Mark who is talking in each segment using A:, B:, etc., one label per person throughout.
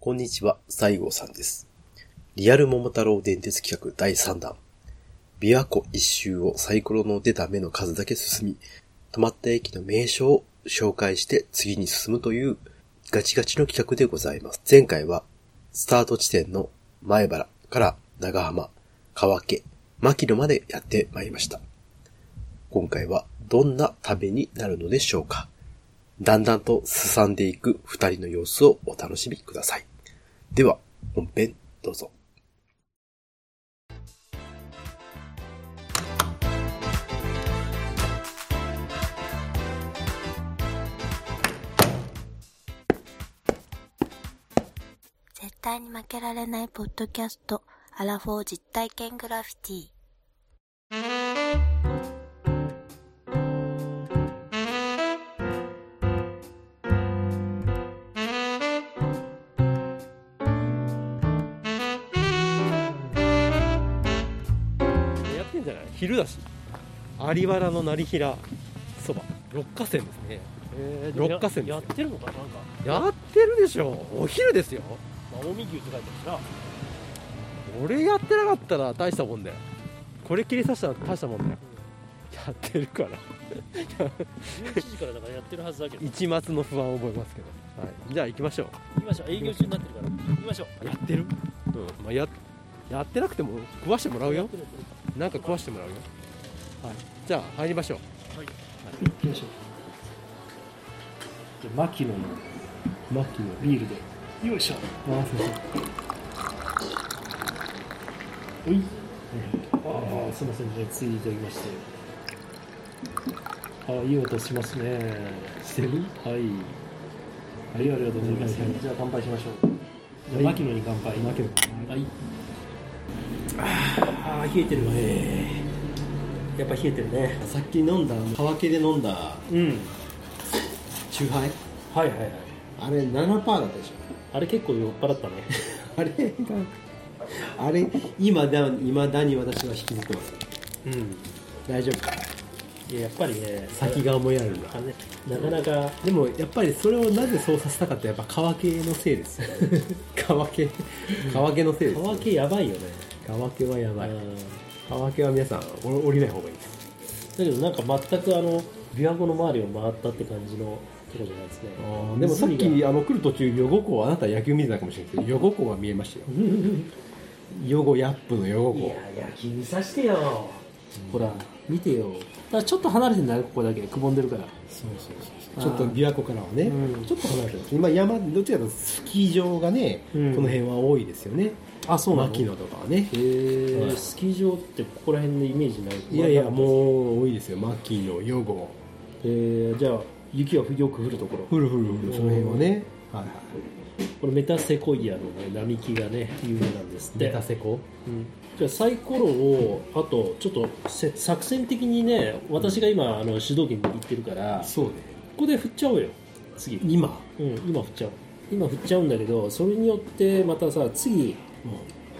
A: こんにちは、西郷さんです。リアル桃太郎電鉄企画第3弾。琵琶湖一周をサイコロの出た目の数だけ進み、止まった駅の名所を紹介して次に進むというガチガチの企画でございます。前回は、スタート地点の前原から長浜、川家、牧野までやってまいりました。今回はどんな旅になるのでしょうかだんだんと進んでいく二人の様子をお楽しみください。では、本編どうぞ。
B: 絶対に負けられないポッドキャスト、アラフォー実体験グラフィティ。
C: やってんじゃない昼だし有原の成平そば六花線ですね
D: えー
C: 六花線です
D: や
C: よ
D: やってるのかななんか、
C: やってるでしょお昼ですよ
D: まあ、近江牛って書いてあるし
C: 俺やってなかったら大したもんだよこれ切りさしたら大したもんだよやってるから
D: な11時からだからやってるはずだけど
C: 一抹の不安を覚えますけど、はい、じゃあ行きましょ
D: 今じゃ営業中になってるから行きましょ
C: う
D: う
C: やってる、うんまあ、ややってなくても食わしてもらうよ
D: ってる
C: なんか食わしてもらうよ、はい、じゃあ入りましょう
D: はい
E: 行きましょう。じゃあ、牧野の、牧野ビールで。よいしょ。回すね。おい。ああ、すみませんね。ついていただきまして。ああ、いい音しますね。してるはい。はい、ありがとうございます。じゃあ、乾杯しましょう。じゃあ、牧野に乾杯。牧野。はい。ああ、冷えてるわね。やっぱ冷えてるね。
C: さっき飲んだ川家で飲んだ
E: うん。
C: 酎ハイ
E: はいはいはい
C: あれ7%だったでしょ
E: あれ結構酔っ払ったね
C: あれが、あれ、今だ、未だに私は引きずってます。
E: うん
C: 大丈夫か。
E: いややっぱりね
C: 先が思いやるんだ
E: あ。れねなかなか
C: でも、やっぱりそれをなぜそうさせたかって、やっぱ川系のせいですよ、ね。 川系、川系のせいです、
E: 乾きやばいよね、
C: 川系はやばい。
E: うんだ
C: 川系は皆さん、お降りない方がいいです。
E: けどなんか全くあの琵琶湖の周りを回ったって感じのとこじゃないですね
C: でもさっ
E: 湖
C: き、
E: が
C: あの、来る途中、ヨゴ湖、あなた野球見てたかもしれないけど、ヨゴ湖が見えましたよ。ヨゴヤップのヨゴ
E: い
C: 湖。
E: や野球見さしてよ、ほら見てよだからちょっと離れてんだよここだけくぼんでるから
C: そうそうそうそうちょっと琵琶湖からはね、
E: うん
C: ちょっと離れてます今山どっちかというとスキー場がね、
E: うん
C: この辺は多いですよね
E: あそうなの
C: 牧野とかはね
E: へえ、
C: はい
E: スキー場ってここら辺のイメージない
C: いやいや
E: う
C: もう多いですよ牧野予後
E: えー、じゃあ雪はよく降るところ
C: ふるふるふるその辺はねはいはい
E: これメタセコイアの、ね、並木がね有名なんですって
C: メタセコ
E: うんじゃあサイコロをあとちょっとせ作戦的にね私が今、あの主導権握ってるからこ
C: そうね
E: こで振っちゃおうよ次、うん、
C: 今
E: 今振っちゃおう今振っちゃうんだけどそれによってまたさ次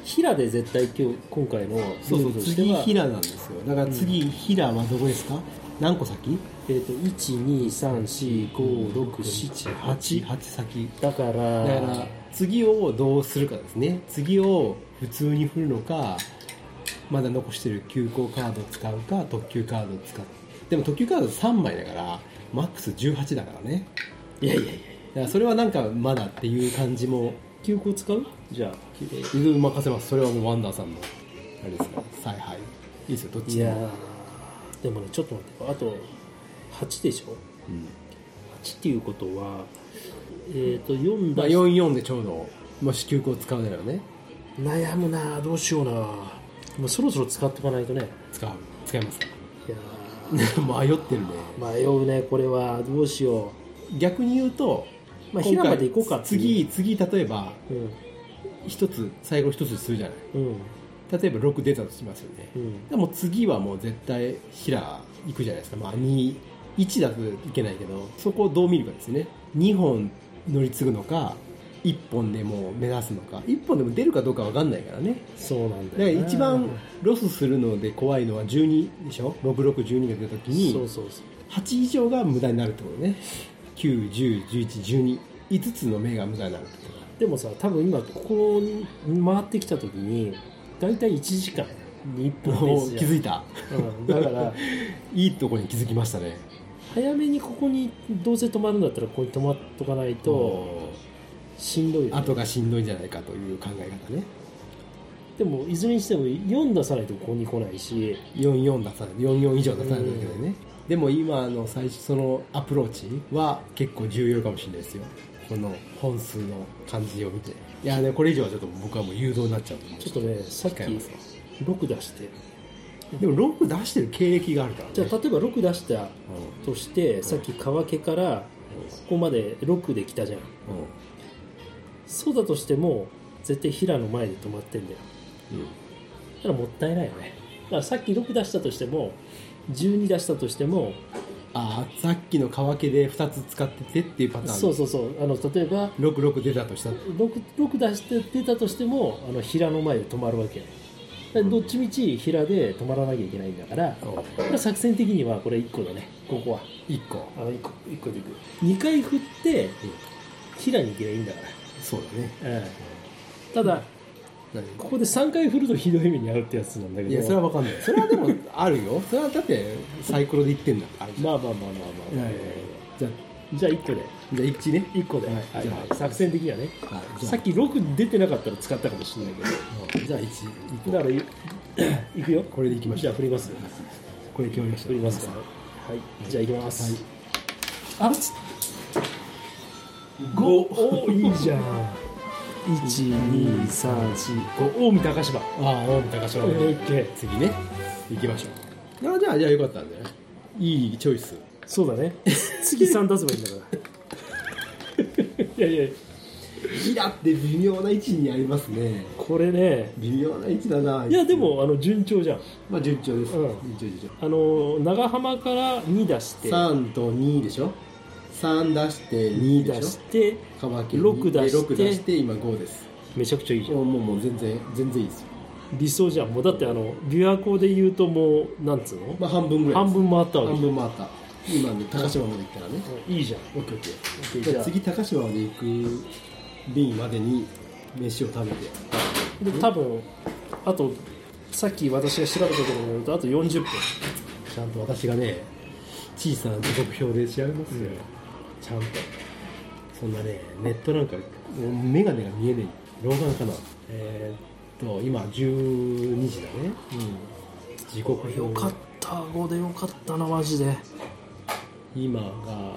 E: 平で絶対今日今回の
C: そうそう
E: ルールとして
C: 次
E: は
C: ヒラなんですよだから次ヒラはどこですか何個先
E: えー、と1234567
C: 8先
E: だから
C: だから次をどうするかですね次を普通に振るのかまだ残してる急行カードを使うか特急カードを使うでも特急カード3枚だからマックス18だからね
E: いやいやいや
C: だからそれはなんかまだっていう感じも
E: 休校使うじゃあ
C: えー任せますそれはもうワンダーさんのあれですから采配いいですよどっち
E: い
C: で
E: や
C: も、
E: ーでもねちょっと待ってあと8でしょ
C: うん
E: 8っていうことはえっ、と4
C: まあ、
E: だ、
C: 44でちょうどもし急行使うならね
E: 悩むなどうしようなもうそろそろ使っておかないとね
C: 使う使います か
E: いや
C: 迷ってるね
E: ー迷うねこれはどうしよ
C: 逆に言うと、
E: まあ
C: 今回
E: 平まで行こうかってい
C: 次次例えば
E: ううん
C: 一つ最後一つするじゃない
E: うん
C: 例えば6出たとしますよね、
E: うん
C: でも次はもう絶対平行くじゃないですかまあ21だといけないけどそこをどう見るかですね2本乗り継ぐのか1本でもう目指すのか1本でも出るかどうか分かんないからね
E: そうなんだ
C: だから
E: よな
C: 一番ロスするので怖いのは12でしょ6612が出た時
E: そう
C: に
E: そうそう
C: 8以上が無駄になるってことね91011125つの目が無駄になるってことだ
E: でもさ多分今ここに回ってきた時に大体1時間に1分ペー
C: お
E: スじゃん
C: 気づいた
E: うん、だから
C: いいとこに気づきましたね
E: 早めにここにどうせ泊まるんだったらここに泊まっとかないと
C: と
E: しんどいよね
C: 後がしんどいんじゃないかという考え方ね
E: でもいずれにしても4出さないとここに来ないし
C: 44出さない44以上出さないといけないねでも今の最初そのアプローチは結構重要かもしれないですよこの本数の感じを見ていやねこれ以上はちょっと僕はもう誘導になっちゃうと思う
E: ちょっとねさっき
C: 控えますわ
E: 6出して
C: でも6出してる経歴があるからね
E: じゃあ例えば6出した
C: う
E: としてさっき川家からここまで6で来たじゃん
C: んうん
E: そうだとしても絶対平の前で止まってんだよだからもったいないよねだからさっき6出したとしても12出したとしても
C: ああさっきの川家で2つ使っててっていうパターン
E: そうそうそうあの例えば
C: 66出たとしたら
E: 6, 6出して出たとしてもあの平の前で止まるわけよだからどっちみち平で止まらなきゃいけないんだからこれ作戦的にはこれ1個だねここは
C: 1個
E: あの1個一個でいく2回振って平に行けばいいんだか
C: そうだね
E: ら、うん、ただここで3回振るとひどい目に遭うってやつなんだけど
C: いやそれはわかんないそれはでもあるよそれはだってサイコロで言ってんだから
E: まあまあまあまあまあ、
C: はいはいはい
E: じゃあじゃあ1個で
C: じゃあ1ね
E: 1個で、
C: はい
E: はい
C: じゃあ
E: 作戦的にはね
C: はいじゃあ
E: さっき6出てなかったら使ったかもしれないけど
C: うんじゃあ1
E: だからい いくよ
C: これでいきましょう
E: じゃあ振ります
C: これ決まりました
E: 振りますからはいじゃあいきます、
C: はい
E: あっ5おいいじゃん12345近江高島
C: ああ大見高島
E: オッケー
C: 次ね行きましょうああじゃあじゃあよかったんだよいいチョイス
E: そうだね 次3出せばいいんだから いやいや
C: 平って微妙な位置にありますね
E: これね
C: 微妙な位置だない
E: いやでもあの順調じゃん
C: まあ順調です、
E: うん
C: 順調順調
E: あの長浜から2出して
C: 3と2でしょ3出して2
E: 2
C: で
E: 出
C: し
E: し
C: ょ
E: て
C: カバーケ
E: 六出して
C: 6出して今5です
E: めちゃくちゃいいじゃん
C: もうもうもう全然全然いいですよ
E: 理想じゃんもうだってあの琵琶湖で言うともうなんつうの
C: まあ半分ぐらいで
E: 半
C: す
E: 分回ったわけ
C: 半分回った今ね高島まで行ったらね
E: いいじゃん
C: オッケーオッケー
E: じ
C: じ
E: ゃあ
C: ゃあ次高島まで行く便までに飯を食べて
E: で多分あとさっき私が調べたところによるとあと40分
C: ちゃんと私がね小さな時刻表で調べますよ、ちゃんとそんなねネットなんかもう眼鏡が見えない老眼かなえーっと今12時だね、時刻表
E: よかった5でよかったなマジで
C: 今が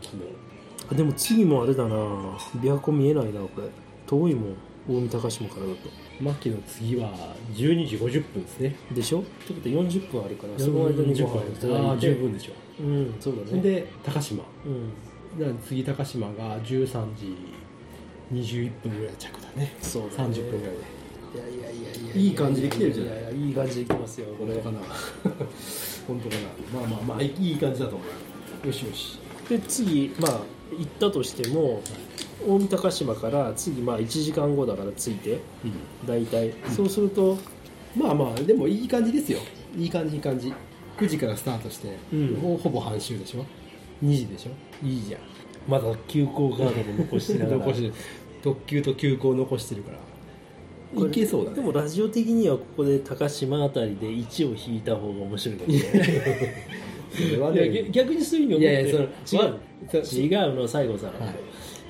C: 末期の
E: あでも次もあれだな琵琶湖見えないなこれ遠いもん近江高島からだと
C: 末期の次は12時50分ですね
E: でしょってことは40分あるからその間にご飯をいた
C: あ
E: だ
C: あ
E: いて
C: 十分でしょ
E: うんそうだね
C: で高島
E: うん
C: だから次高島が13時21分ぐらい着だね
E: そうだね
C: 30分ぐらいで
E: いやいやいやいや
C: いい感じで来てるじゃない
E: いやいやいい感じで来てますよこ
C: 本
E: れ
C: 当かな 本当かなまあまあまあいいいい感じだと思うよしよし
E: で次まあ行ったとしても大見高島から次まあ1時間後だから着いて大体そうすると
C: まあまあでもいい感じですよいい感じいい感じ9時からスタートして、
E: うん
C: ほほぼ半周でしょ2時でしょいいじゃん
E: まだ急行カードも残してながら
C: 残してる特急と急行を残してるからいけそうだね
E: でもラジオ的にはここで高島あたりで1を引いた方が面白いかもね
C: それはい
E: や逆逆にそういうふうに思って
C: いやいやその
E: 違う
C: そ
E: 違うの最後さん、
C: はい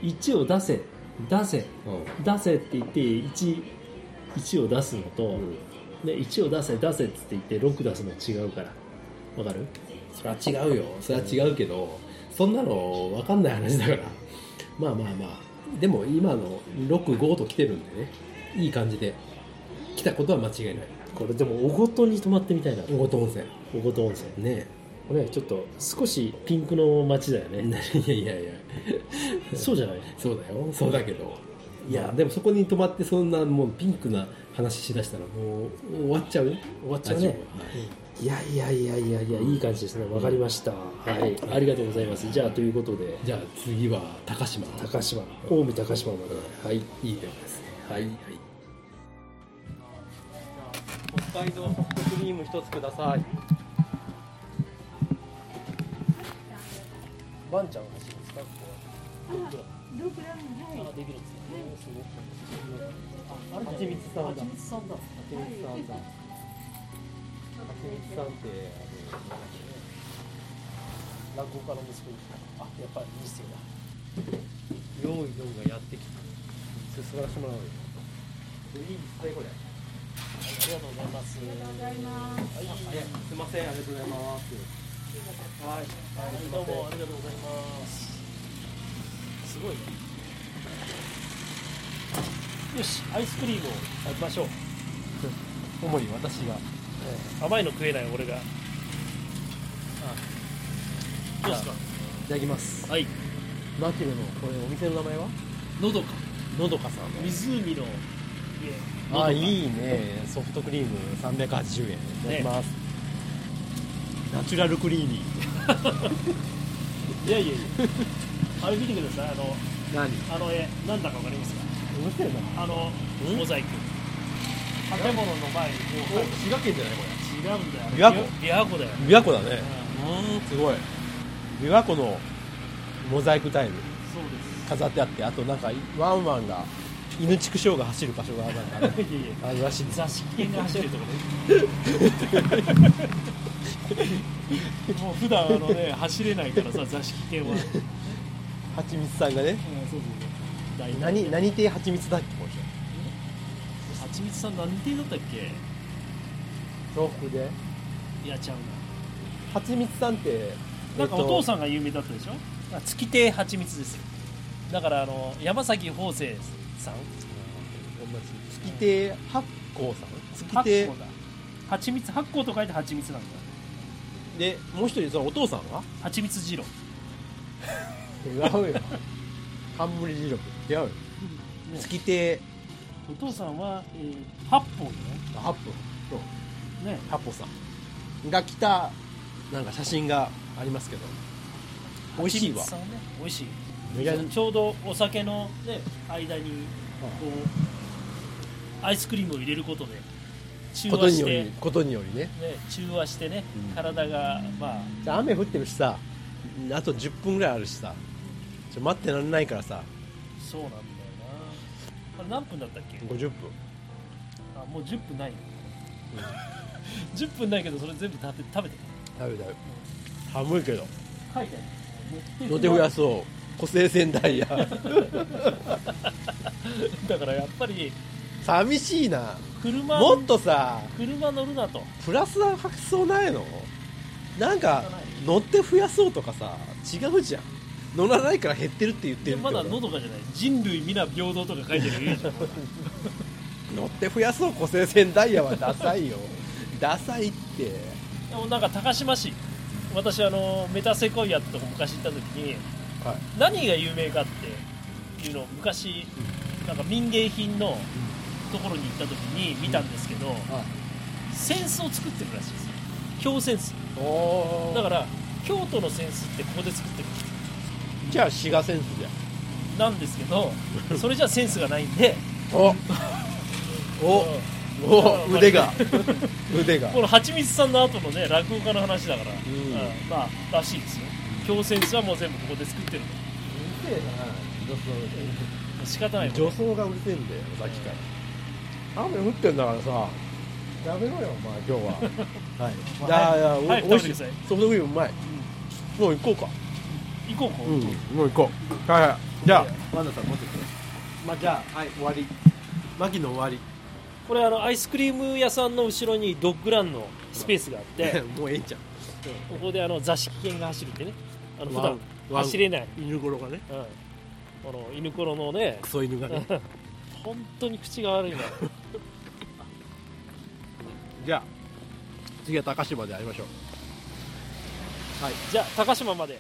E: 1を出せ出せ
C: うん
E: 出せって言って 1, 1を出すのと、で1を出せ出せって言って6出すの違うからわかる
C: それは違うよそれは違うけどそんなの分かんない話だからまあまあまあでも今の65と来てるんでねいい感じで来たことは間違いない
E: これでもおごとに泊まってみたいな
C: 大琴温泉
E: おごと温泉
C: ね
E: これねちょっと少しピンクの街だよ
C: え
E: ね、
C: いやいやいや
E: そうじゃない
C: そうだよそうだけど
E: い
C: い
E: や
C: やでもそこに泊まってそんなもうピンクな話しだしたらもう終わっちゃうよ
E: 終わっちゃうね
C: はい
E: いやいやいやいやいやいい感じですねわかりました、はいありがとうございますじゃあということで
C: じゃあ次は高島
E: 高島近江高島まではい
C: いいとこですねはい、はい
F: 北海道ホットクリーム一つください
G: ワンちゃんが走るんですかここはドッグランあできるんですね
C: あれ蜂蜜さんだ。蜂蜜
H: さんだ
C: さんだ。蜂蜜さんって、あの、落語家の息子です。あ、やっぱりいいっすよな。用意どんがやってきた。それ素晴らしいものだよ。いいですね、これ。ありがとうございます。ありがとうございます。はい、すいません、ありがとうございます。はい、はい、どうもありがとうございます。
E: すごいねよしアイスクリームを食べましょう
C: 主に私が。
E: 甘いの食えない俺がどうですか
C: いただきます。
E: はい
C: マキュルの、これお店の名前は
E: のどか
C: のどかさんの
E: 湖の家
C: あいいねソフトクリーム380円いただきます、ナチュラルクリーミー
E: いやいやいやあれ見てくださいあの
C: 何
E: あの絵なんだかわかりますか
C: うるせえな
E: あの
C: ん
E: モザイク建物の前にこう違
C: 滋賀県じゃないこ
E: うんだ
C: 琵琶
E: よ
C: 湖
E: 琵琶湖だよ
C: れ琵琶湖だね
E: うん
C: うんすごい琵琶湖のモザイクタイル
E: そうで
C: 飾ってあってあとなんかワンワンが犬畜生が走る場所がなんか ある
E: すいやいや
C: あるらしいです
E: 座敷が走ってるとこねもう普段あのね走れないからさ座敷犬は、うん、そうそう
C: 蜂蜜さんがね
E: そう大体
C: 何何亭蜂蜜だっけこの人
E: 蜂蜜さん何点だったっけ
C: 洋服で
E: いやちゃう
C: 蜂蜜さんって
E: ななんかお父
C: ん、
E: さんが有名だったでしょあ月亭蜂蜜ですよだからあの山崎邦生さん
C: えっと月亭八甲さん月
E: 八
C: 亭
E: 甲だ蜂蜜八甲と書いて蜂蜜なんだ
C: でもう一人そのお父さんは
E: 蜂蜜二郎
C: 違うよ冠二郎違うよ月亭
E: お父さんは、えー、八本
C: 八分と
E: ねね
C: 八歩さんが来たなんか写真がありますけど美味しいわ
E: 蜂蜜さんはね美味しい
C: めちゃ
E: ちょうどお酒の、ね、間にこうアイスクリームを入れることで中
C: こと
E: 和
C: に
E: し
C: よ
E: て、
C: り
E: ね、
C: ことによりね
E: 中和してね、
C: うん
E: 体がまあ
C: じゃあ雨降ってるしさあと10分ぐらいあるしさちょ待ってられないからさ
E: そうなんだよなあれ何分だったっけ
C: 50分
E: あもう10分ない よ10分ないけどそれ全部食べ食べて
C: 食べたよ寒いけど
E: 書いて
C: のてふやそう個性仙台 や
E: だからやっぱり
C: 寂しいな
E: 車
C: もっとさ
E: 車乗るなと
C: プラスな発想ないのなんか乗って増やそうとかさ違うじゃん乗らないから減ってるって言っ
E: で
C: てるけど
E: まだのどかじゃない人類皆平等とか書いてるよいいじゃん
C: 乗って増やそう個性線ダイヤはダサ いよダサいって
E: でもなんか高島市私あのメタセコイアってとこ昔行った時に
C: はい
E: 何が有名かっていうのを昔なんか民芸品のところに行った時に見たんですけど、扇子を作ってるらしいですよ京扇子
C: お
E: だからら京都の扇子ってここで作ってる
C: じゃあ滋賀センスじゃん
E: なんですけ どそれじゃセンスがないんで
C: おお
E: こ
C: お腕が腕が
E: の蜂蜜さんの後のね落語家の話だから、うんまあらしいですよ京扇子はもう全部ここで作ってる仕方ないもん
C: 女装がうるせえんだよさっきから雨降ってんだからさやめろよお前今日ははい
E: まあ
C: じゃあいや
E: 早く
C: お
E: 早
C: 美
E: く食べて
C: 味
E: く
C: し
E: だ
C: い
E: さ
C: ソフトクリームうまいもう行こうか
E: 行こうこう、
C: もう行こうはいはいじゃあワンダさん持ってきてまあじゃあはい終わり牧の終わり
E: これあのアイスクリーム屋さんの後ろにドッグランのスペースがあって、
C: もうええじゃん
E: ここであの座敷犬が走るってねあの普
C: ワ
E: 段
C: ンワン
E: 走れない、
C: 犬頃がね
E: うん、この犬ころのね
C: クソ犬がね
E: 本当に口が悪いな
C: じゃあ次は高島で会いましょう
E: じゃあ高島まで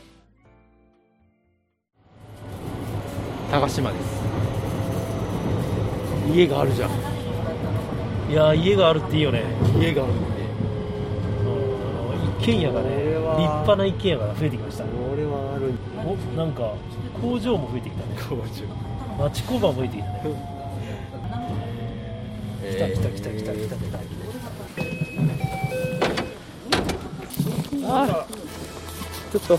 C: 高島です家があるじゃん
E: いやー家があるっていいよね
C: 家があるんで
E: あの一軒家がね立派な一軒家が増えてきました
C: これはある
E: おなんか工場も増えてきたね
C: 工場
E: 町工場も増えてきたね
C: 来た来た来た来た来た来たあーちょっと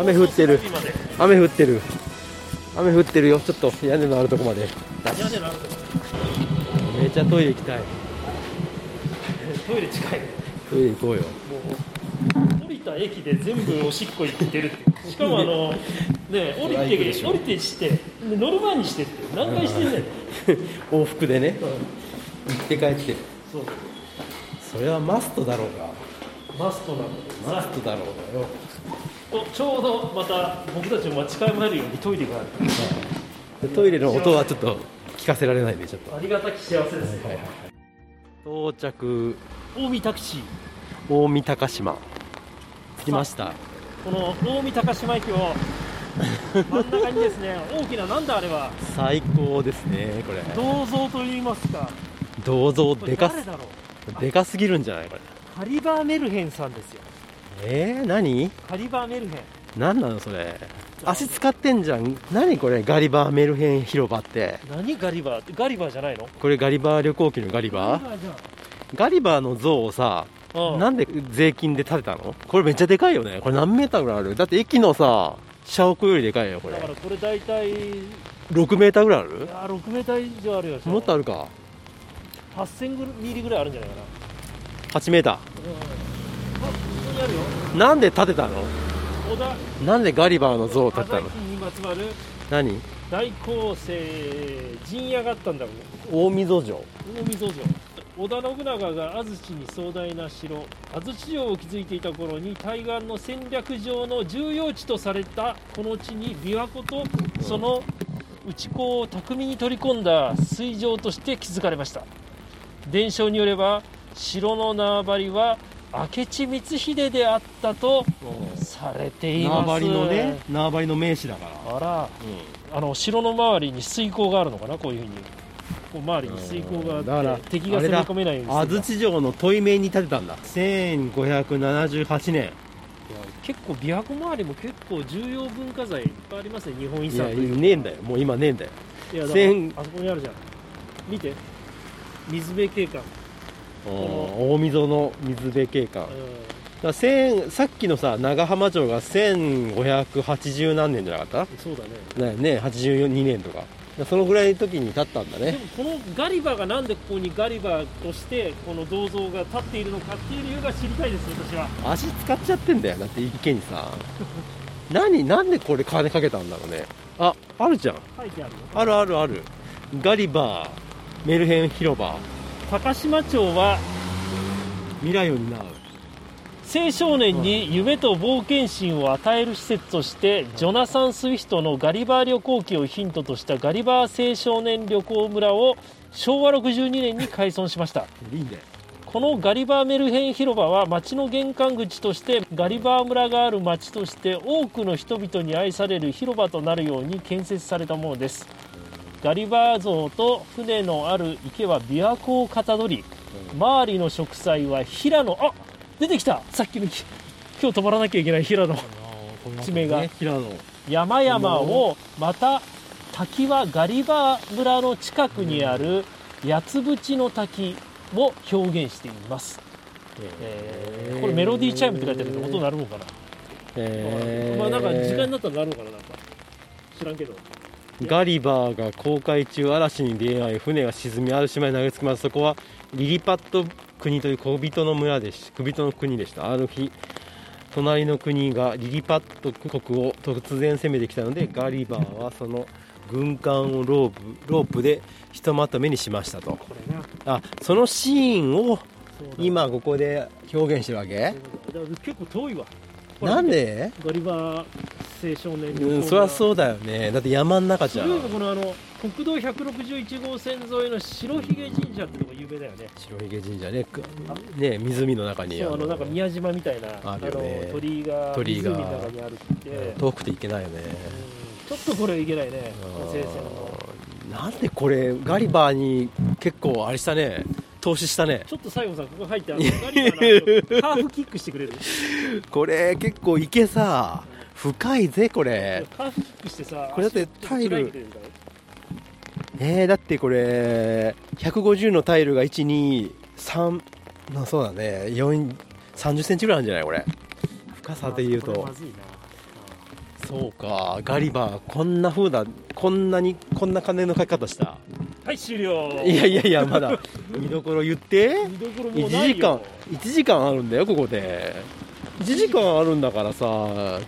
C: 雨降ってる
E: 今で
C: 雨降ってる雨降ってるよちょっと屋根のあるとこまで
E: 屋根のあるとこ
C: めちゃトイレ行きたい
E: トイレ近いね
C: トイレ行 こうよ
E: 降りた駅で全部おしっこ行ってるってしかもあの ね降りて降りてしてで乗る前にしてって何回してんねん
C: 往復でね行って帰って
E: そう
C: それはマストだろうが
E: マストなんだけど
C: マ
E: さ
C: ストだろうがよ
E: おちょうどまた僕たちも待ち構えるようにトイレがある
C: でトイレの音はちょっと聞かせられないでちょっと
E: ありがたき幸せですよ、
C: 到着
E: 近江タクシー
C: 近江高島着きました
E: この近江高島駅 を真ん中にですね大きななんだあれは
C: 最高ですねこれ
E: 銅像といいますか
C: 銅像
E: これ
C: でかす
E: 誰だろう
C: でかすぎるんじゃないこれ
E: カリバー・メルヘンさんですよ
C: えー、何
E: カリバー・メルヘン
C: 何なのそれ足使ってんじゃん何これガリバーメルヘン広場って
E: 何ガリバーってガリバーじゃないの
C: これガリバー旅行機のガリバー
E: ガリじゃん
C: ガリバーの像をさ
E: ああ
C: なんで税金で建てたのこれめっちゃでかいよねこれ何メーターぐらいあるだって駅のさ社屋よりでかいよこれ
E: だからこれ大体い
C: 6メーターぐらいある
E: や6メーター以上あるよ
C: もっとあるか
E: 8000ミリぐらいあるんじゃないかな
C: 8メータ
E: あここにあるよ
C: ーなんで建てたの
E: 小田
C: なんでガリバーの像を建てた
E: 忠
C: の
E: 之にまつわる
C: 何
E: 大構成陣屋があったんだもん
C: 大溝城
E: 大溝城織田信長が安土に壮大な城安土城を築いていた頃に対岸の戦略上の重要地とされたこの地に琵琶湖とその内子を巧みに取り込んだ水上として築かれました伝承によれば城の縄張りは明智光秀であったとされています
C: 縄張りの名士だから
E: あら、あの城の周りに水溝があるのかなこういうふうにこう周りに水溝があって
C: だから
E: 敵が攻め込めないように
C: 安
E: る
C: 土城の問い目に建てたんだ1578年
E: 結構琵琶湖周りも結構重要文化財いっぱいありますね日本遺
C: いや
E: 産という
C: ねえんだよもう今ねえんだよ
E: いやだ
C: 千
E: からあそこにあるじゃん見て水辺景観、
C: 大溝の水辺景観
E: うん
C: だから千さっきのさ長浜城が1580何年じゃなかっ
E: そうだね
C: ただよね84 2年とかだからそのぐらいの時に建ったんだ
E: で
C: ね
E: もこのガリバーがなんでここにガリバーとしてこの銅像が立っているのかっていう理由が知りたいです私は
C: 足使っちゃってんだよだって池にさ 何なんでこれ金かけたんだろうねああるじゃん
E: 書いてあるよ
C: あるあるあるガリバーメルヘン広場
E: 高島町は
C: 未来を担う
E: 青少年に夢と冒険心を与える施設としてジョナサン・スウィフトのガリバー旅行記をヒントとしたガリバー青少年旅行村を昭和62年に開村しました
C: いいんだよ
E: このガリバーメルヘン広場は町の玄関口としてガリバー村がある町として多くの人々に愛される広場となるように建設されたものですガリバー像と船のある池は琵琶湖をかたどり周りの植栽は平野あ出てきたさっきのき今日止まらなきゃいけない平野地名が
C: 平野
E: 山々をまた滝はガリバー村の近くにある八つ淵の滝を表現しています、えーこれメロディーチャイムって書いてあるけど音鳴るのかな、
C: えー
E: まあなんか時間になったら鳴るのかななんか知らんけど
C: ガリバーが航海中嵐に出会い船が沈みある島に投げつけますそこはリリパット国という小人の村でし小人の国でしたある日隣の国がリリパット国を突然攻めてきたのでガリバーはその軍艦をロープロープでひとまとめにしましたと
E: これな
C: あそのシーンを
E: そうだ
C: 今ここで表現してるわけ
E: だから結構遠いわほら
C: なんで
E: ガリバー青少年旅行
C: う
E: 村
C: んそりゃそうだよねだって山の中じゃ
E: 白いの
C: ん
E: このあの国道161号線沿いの白ひげ神社ってとこ有名だよね
C: 白ひげ神社ねくね湖の中に
E: そうあ
C: あの
E: のなんか宮島みたいな
C: あるよね
E: の鳥居が
C: 鳥居が
E: 湖の中にあるって、うん
C: 遠くて行けないよね
E: ちょっとこれいけないね女性線の
C: うんなんでこれガリバーに結構あれしたね投資したね
E: ちょっと西郷さんここ入 ってあのガリバーのハーフキックしてくれる
C: これ結構池さ深いぜこれ
E: ハーフキックしてさ
C: これだってタイル
E: 足ちょっと開いてるから
C: えー、だってこれ150のタイルが123なそうだね4 30センチぐらいあるんじゃないこれ深さで言う
E: あーことれまずいな
C: そうか、ガリバー、こんな風な、こんなに、こんな金のかけ方した。
E: はい終了
C: いやいやいや、まだ、見どころ言って。
E: 見どころも
C: 1
E: うない
C: 時間
E: よ、
C: 1時間あるんだよ、ここで。1時間あるんだからさ、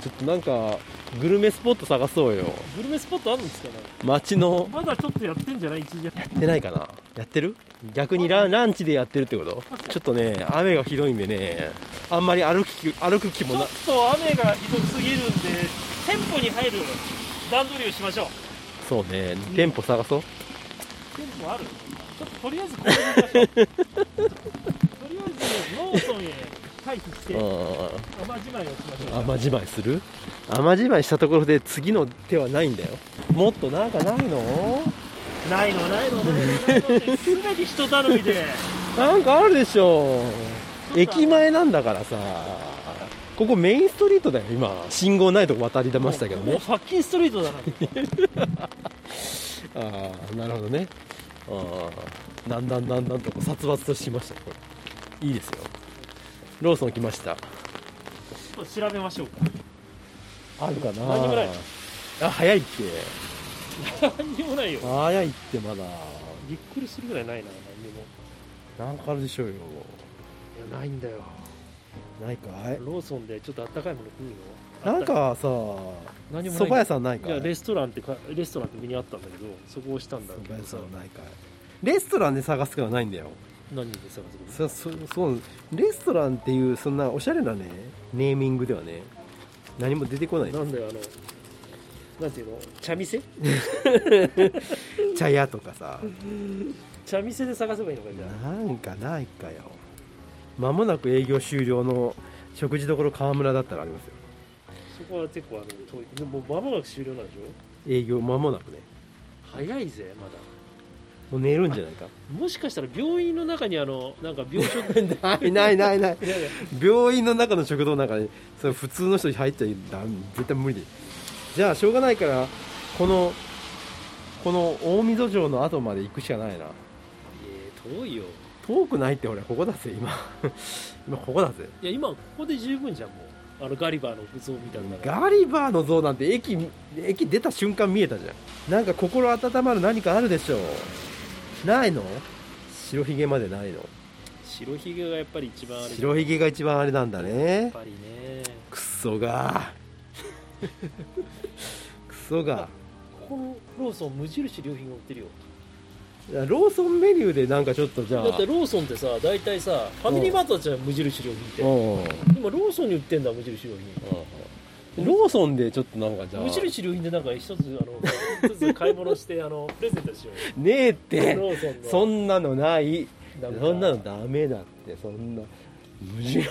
C: ちょっとなんか、グルメスポット探そうよ。
E: グルメスポットあるんですかね
C: 街の、
E: まだちょっとやってんじゃない一時間
C: やってないかなやってる逆にランランチでやってるってことちょっとね、雨がひどいんでね、あんまり歩き、歩く
E: ち
C: 気も
E: ょ
C: な
E: っ、と雨がひどすぎるんで店舗に入る段取りをしましょう
C: そうね、店舗探そう。
E: 店舗あるちょっととりあえずこれで行きましょうとりあえずローソンへ回避して
C: うん。
E: 甘じまいをしましょう
C: 甘じまいする甘じまいしたところで次の手はないんだよもっとなんかないの
E: ないのないのないのないのすべて人頼みで
C: なんかあるでしょ
E: そうだ
C: 駅前なんだからさここメインストリートだよ今信号ないとこ渡り出ましたけど
E: もう
C: ね
E: ハッキンストリートだな
C: ああなるほどねああだんだんだんだんとこう殺伐としましたこれいいですよローソン来ました
E: ちょっと調べましょうか
C: あるかな
E: 何ぐらい
C: あ早いって
E: 何にもないよ
C: 早いってまだ
E: びっくりするぐらいないな何にも
C: なんかあるでしょうよ
E: いやないんだよ
C: ないかい
E: ローソンでちょっとあったかいもの食うよ
C: なんかさ、
E: 何もない
C: 蕎麦屋さんない
E: い
C: か
E: や
C: い
E: レストランってかレストランって目にあったんだけどそこを押したんだ
C: 蕎
E: けど
C: 麦屋さ
E: さ
C: んないかいレストランで探すからないんだよ。
E: 何で探す
C: そ、そ、そう、レストランっていう、そんなおしゃれなね、ネーミングではね、何も出てこない
E: の。なんだよあのなんていうの茶店
C: 茶屋とかさ、
E: 茶店で探せばいいのかじゃあ
C: なんかないかよ。まもなく営業終了の食事処川村だったらありますよ。
E: そこは結構あの遠いでももう間もなく終了なんでしょ
C: 営業間もなくね。
E: 早いぜまだ
C: もう寝るんじゃないか。
E: もしかしたら病院の中にあの なんか病床
C: ないないないない。
E: いやいや
C: 病院の中の食堂なんかねそれ普通の人に入っちゃダメ絶対無理でじゃあしょうがないからこのこの大溝城の後まで行くしかないな
E: えー遠いよ
C: 遠くないって俺ここだぜ今 今ここだぜ
E: いや今ここで十分じゃんもうあのガリバーの像みたいなのが
C: ガリバーの像なんて駅駅出た瞬間見えたじゃんなんか心温まる何かあるでしょうないの白ひげまでないの
E: 白ひげがやっぱり一番あれ
C: 白ひげが一番あれなんだね
E: やっぱりね
C: クソが クソが
E: ここのローソン無印良品が売ってるよ
C: いやローソンメニューでなんかちょっとじゃあ
E: だってローソンってさ大体さファミリーマートだじゃん無印良品っ
C: うん
E: て今ローソンに売ってんだ無印良品
C: ローソンでちょっとなんかじゃあ
E: 無印良品でなんか一つあの一つ買い物してあのプレゼントしよう
C: ねえって
E: ローソンの
C: そんなのない
E: ダメだ
C: そんなのダメだってそんな無印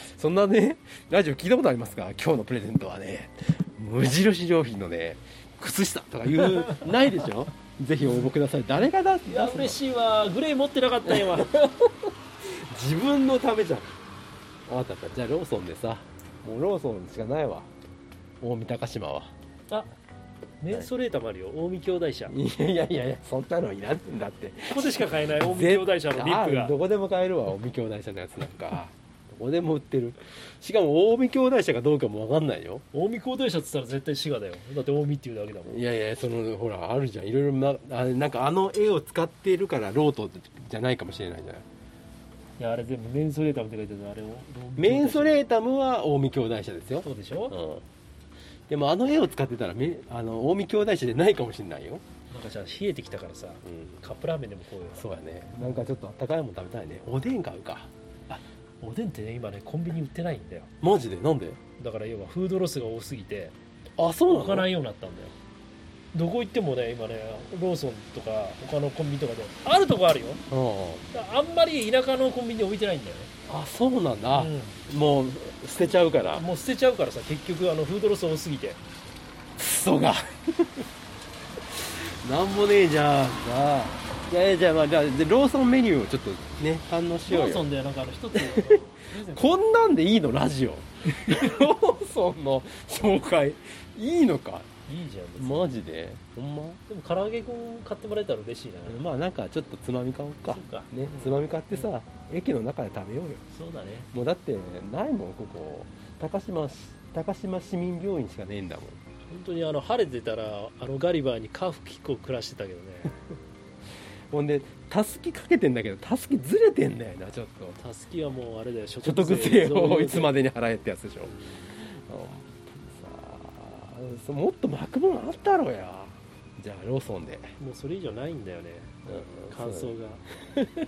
C: そんなねラジオ聞いたことありますか今日のプレゼントはね無印良品のね靴下とかいうないでしょ ぜひ応募ください誰が出す
E: いや
C: 出
E: 嬉
C: す
E: しいわグレー持ってなかったんや わ
C: の自分のためじゃんわかったじゃあローソンでさもうローソンしかないわ大見高島は
E: あメンソレータもあるよ近江兄弟社
C: いやいやいやいやそんなのいらんんだって
E: ここでしか買えない近江兄弟社のリップ
C: あ
E: が
C: どこでも買えるわ近江兄弟社のやつなんかどこでも売ってるしかも近江兄弟社かどうかも分かんないよ
E: 近江兄弟社っつったら絶対滋賀だよだって近江っていうだけだもん
C: いやいやそのほらあるじゃんいろいろなあなんかあの絵を使ってるからロートじゃないかもしれないじゃない
E: いやあれ全部メンソレータムって書いてるあれを
C: メンソ
E: ー
C: レータムは近江兄弟社ですよ
E: タ、ムでしょ、
C: うん、でもあの絵を使ってたらめあの近江兄弟社じゃないかもしれないよ、
E: なんかじゃあ冷えてきたからさ
C: うん、
E: カップラーメンでもこうよ
C: そうやねなんかちょっとあったかいもん食べたいねおでん買うか
E: おでんってね今ねコンビニ売ってないんだよ
C: マジでなんで
E: だから要はフードロスが多すぎて
C: あそうなの
E: 置かないようになったんだよどこ行ってもね今ねローソンとか他のコンビニとかであるとこあるよ
C: うん
E: あんまり田舎のコンビニに置いてないんだよね
C: あそうなんだ、もう捨てちゃうから
E: うんもう捨てちゃうからさ結局あのフードロス多すぎて
C: クソが なんもねえじゃんなあいやいやじゃあまあじゃあでローソンメニューをちょっとね反応し
E: ロ
C: よう
E: ーソ
C: よ
E: ンでなんかあの一つ プレゼント
C: こんなんでいいのラジオローソンの紹介いいのか
E: いいじゃん別に
C: マジでほんま
E: でも唐揚げくん買ってもらえたら嬉しいな
C: まあなんかちょっとつまみ買おうか
E: そうか
C: ねつまみ買ってさ駅の中で食べようよ
E: そうだね
C: もうだってないもんここ高島高島市民病院しかねえんだもん
E: 本当にあの晴れてたらあのガリバーにカーフキックを暮らしてたけ どね
C: ほんでたすきかけてんだけどたすきずれてんだよなちょっと
E: たすきはもうあれだよ所
C: 所得税をいつま
E: で
C: でに払えってやつでしょ、うんさあもっと巻くもんあったろやじゃあローソンで、
E: もうそれ以上ないんだよね感想が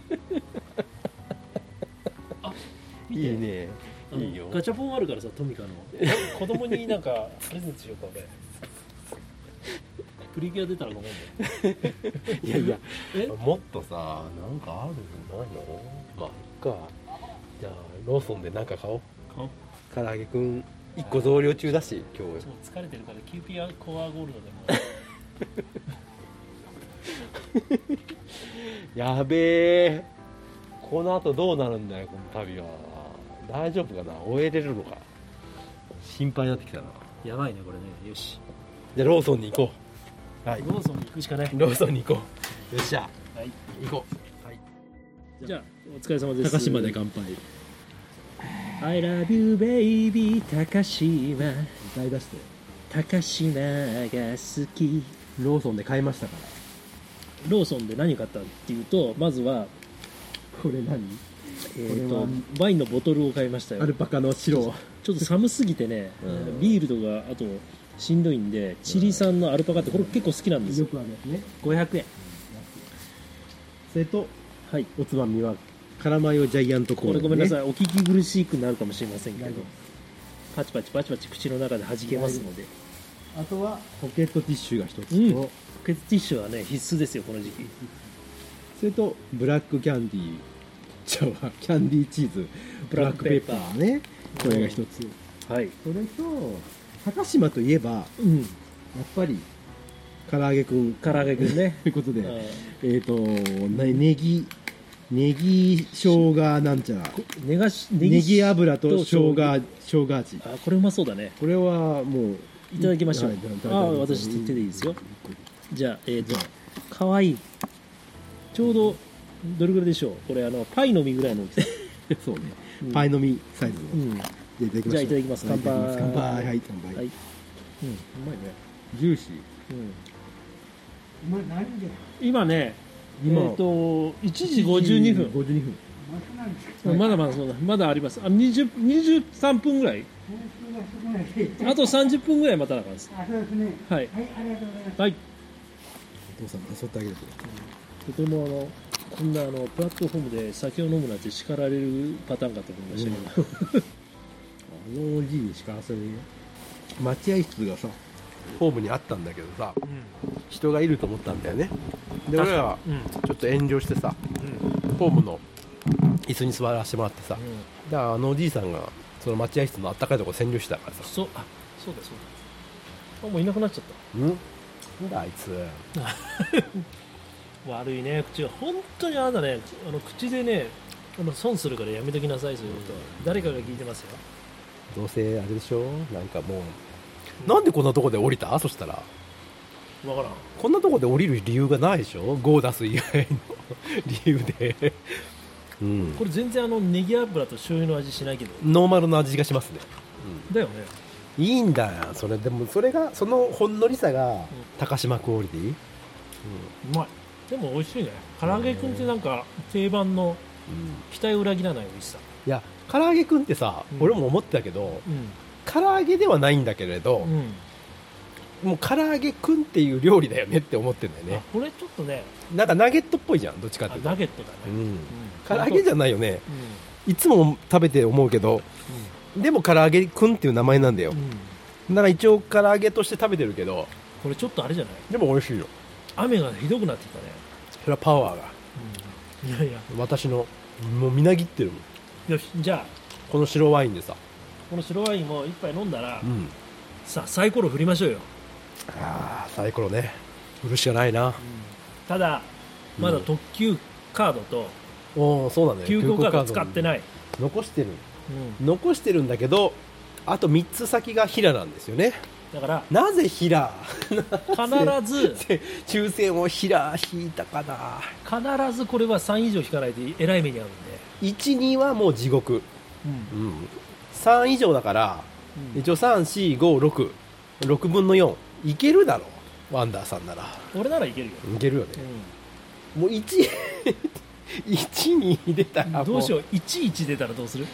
C: いいね
E: あの
C: いいよ
E: ガチャポンあるからさトミカの 子供になんかプレゼントしようか俺プリキュア出たらごめんね
C: いやいや
E: え
C: もっとさなんかあるのないのまあいっかじゃあローソンでなんか買おう
E: 買おう
C: 唐揚げくん1個増量中だし今日
E: そう疲れてるからキューピアコアゴールドでも
C: やべえこの後どうなるんだよこの旅は大丈夫かな終えれるのか心配になってきたな
E: やばいねこれねよし
C: じゃあローソンに行こうはい
E: ローソンに行くしかない
C: ローソンに行こうよっしゃ
E: はい
C: 行こ
E: じゃあお疲れ様です
C: 乾杯
E: I love you baby 高島歌い出して高島が好き
C: ローソンで買いましたか
E: ローソンで何買ったっていうとまずは
C: らこれ何
E: え
C: これ
E: ー、
C: は
E: とワインのボトルを買いましたよ
C: パカの白
E: ちょっと寒すぎてね、
C: うん
E: ビールとかあとしんどいんでチリ産のアルパカってこれ結構好きなんですよ
C: くあるやつね
E: 500円
C: それと
E: はい
C: おつまみはカラマヨジャイアント
E: こ
C: コーラ、
E: れごめんなさい、
C: い
E: お聞き苦しくなるかもしれませんけ
C: 大丈
E: どパチパチパチパチ口の中で弾けますので
C: あとはポケットティッシュが一つと、
E: うんケツティッシュはね必須ですよこの時期
C: それとブラックキャンディーじゃあキャンディーチーズブラックペッパーねこれが一つ
E: はい
C: それと高島といえばやっ
E: うん
C: ぱり唐揚げくん
E: 唐揚げくんね
C: ということで、
E: うん
C: えっ、とねネギネギ生姜なんちゃら
E: ネガしネ
C: ネギ油と生姜
E: あ
C: 生姜味
E: これうまそうだね
C: これはもう
E: いただきましょう
C: はいいただいただ
E: あ
C: い
E: あ
C: た
E: 私手でいいですよじゃあえっ、とかわいいちょうどどれぐらいでしょうこれあのパイの実ぐらいの大 きさ、
C: そうね、
E: うん
C: パイの実サイズの、
E: うん、は
C: じゃあいただきましょう
E: じゃあいただきます
C: はい
E: 乾杯
C: いただきます乾杯はい
E: い、うん、
C: 乾杯、
E: うまいね、
C: ジューシー
E: うん、
I: お前何で
E: 今ね
C: 今
E: えっ、と1時52分
C: 52分
I: またなんですか
E: まだまだそうだまだありますあ20 23分ぐらい
I: 報酬が少ないし
E: あと30分ぐらいまただからです
I: あそうですね
E: はい
I: はいありがとうございます
E: はい
C: お父さん誘ってあげる
E: とてもあのこんなあのプラットフォームで酒を飲むなんて叱られるパターンかと思いましたけど、
C: あのおじいにしか遊び待合室がさホームにあったんだけどさ人がいると思ったんだよねで俺らは
E: うんうん
C: ちょっと遠慮してさ、ホームの椅子に座らせてもらってさ、だからあのおじいさんがその待合室のあったかいとこ占領してたからさ
E: そうあそうだそうだあもういなくなっちゃっ
C: うんなんだあいつ
E: た悪いね口が本当にあなたねあの口でねあの損するからやめときなさいそういうことは誰かが聞いてますよ
C: どうせあれでしょなんかもうなんでこんなとこで降りたそしたら
E: 分からん
C: こんなとこで降りる理由がないでしょ5出す以外の理由でうん
E: これ全然あのネギ油と醤油の味しないけど
C: ノーマルの味がしますね、
E: だよね
C: いいんだよそれでもそれがそのほんのりさが高島クオリティ
E: うまいでも美味しいね唐揚げくんってなんか定番の
C: うん
E: 期待を裏切らない美味しさ
C: いや唐揚げくんってさ、
E: うん
C: 俺も思ってたけど
E: う
C: 唐揚げではないんだけれど、
E: ん、
C: もう唐揚げくんっていう料理だよねって思ってんだよ
E: あ
C: ね
E: これちょっとね
C: なんかナゲットっぽいじゃんどっちか
E: あ
C: っていうと
E: ナゲットだね、
C: う
E: うん
C: ん唐揚げじゃないよね
E: うん
C: いつも食べて思うけど、でも唐揚げくんっていう名前なんだよ
E: う、ん
C: なら一応唐揚げとして食べてるけど
E: これちょっとあれじゃない
C: でも美味しいよ
E: 雨がひどくなってきたね、
C: それはパワーが
E: いやいや
C: 私のもうみなぎってるもん
E: よしじゃあ
C: この白ワインでさ
E: この白ワインも一杯飲んだら、
C: ん
E: さあサイコロ振りましょうよ
C: ああサイコロね売るしかないな、
E: ただまだ特急カードと
C: おおそうなんだよ
E: 急行カード使って
C: い
E: ない、
C: 残してる
E: うん
C: 残してるんだけどあと3つ先が平なんですよね
E: だから
C: なぜ平
E: 必ず
C: 抽選を平引いたかな
E: 必ずこれは3以上引かないとえらい目に遭うんで、
C: 12はもう地獄、
E: うん
C: うん、3以上だから
E: ううん
C: 一応3、4、5、6、6分の4。いけるだろう。ワンダーさんなら。
E: 俺ならいけるよ、
C: いけるよね。もう1、1に出たらも
E: どうしよ
C: う。
E: う11出たらどうする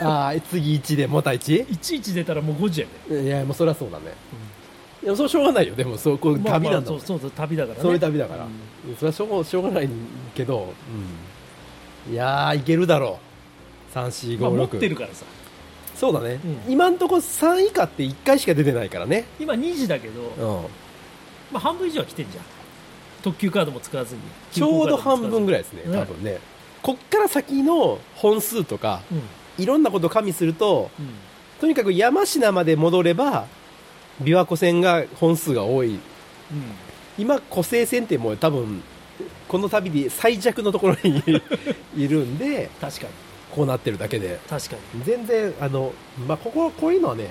C: ああ、次1で、また 1?
E: 11出たらもう5時やね
C: いや、もうそりゃそうだね。いや、それはしょうがないよ。でも、そう、こう、旅なんだ
E: そ
C: もん
E: う。そうそう旅だからね
C: そういう旅だから。それはしょうがしょうがないけど、うん。いやー、いけるだろう。3、4、5、6。
E: まあ、持ってるからさ
C: そうだね、
E: うん
C: 今んとこ3以下って1回しか出てないからね、
E: 今2時だけど、
C: うん、
E: まあ、半分以上は来てんじゃん特急カードも使わずに
C: ちょうど半分ぐ
E: らい、
C: らいですね
E: うん
C: 多分ね、こっから先の本数とか
E: うん
C: いろんなことを加味すると
E: うん
C: とにかく山科まで戻れば琵琶湖線が本数が多い今湖西線ってもう多分この旅で最弱のところに いるんで
E: 確かに
C: こうなってるだけで
E: 確かに
C: 全然あの、まあ、こここういうのはね、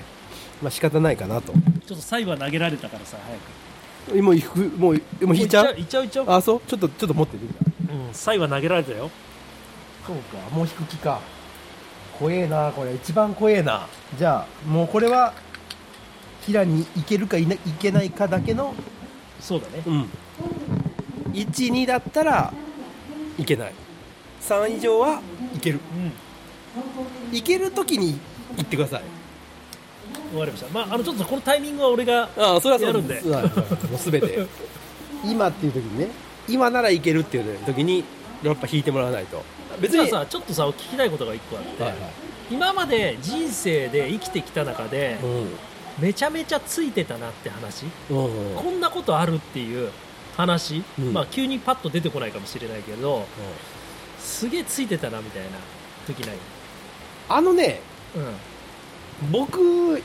C: まあ仕方ないかなと
E: ちょっとサイバー投げられたからさ早く
C: もう引くもうもう引いちゃう
E: いっちゃういっちゃういっちゃ
C: あそうちょっとちょっと持ってて
E: う、うん、サイバー投げられたよ
C: そうか、もう引く気か。怖えな、これ。一番怖えな。じゃあ、もうこれは、平に行けるかいないけないかだけの、
E: そうだね
C: うん。1、2だったら、いけない。3以上はいける。いけるときに行ってください。
E: 終わりましたまああのちょっとこのタイミングは俺が
C: ああ、それは
E: やるんで
C: うはいはいもうすべて。 今っていうときにね、今ならいけるっていう時に、やっぱ引いてもらわないと。別
E: 今
C: に、
E: さちょっとさ聞きたいことが一個あって、
C: はいはい。
E: 今まで人生で生きてきた中で
C: う
E: めちゃめちゃついてたなって話、
C: ん。うんうん。
E: こんなことあるっていう話、
C: うん
E: まあ急にパッと出てこないかもしれないけど
C: うん
E: すげえついてたなみたいな時ない
C: あのね、
E: うん
C: 僕、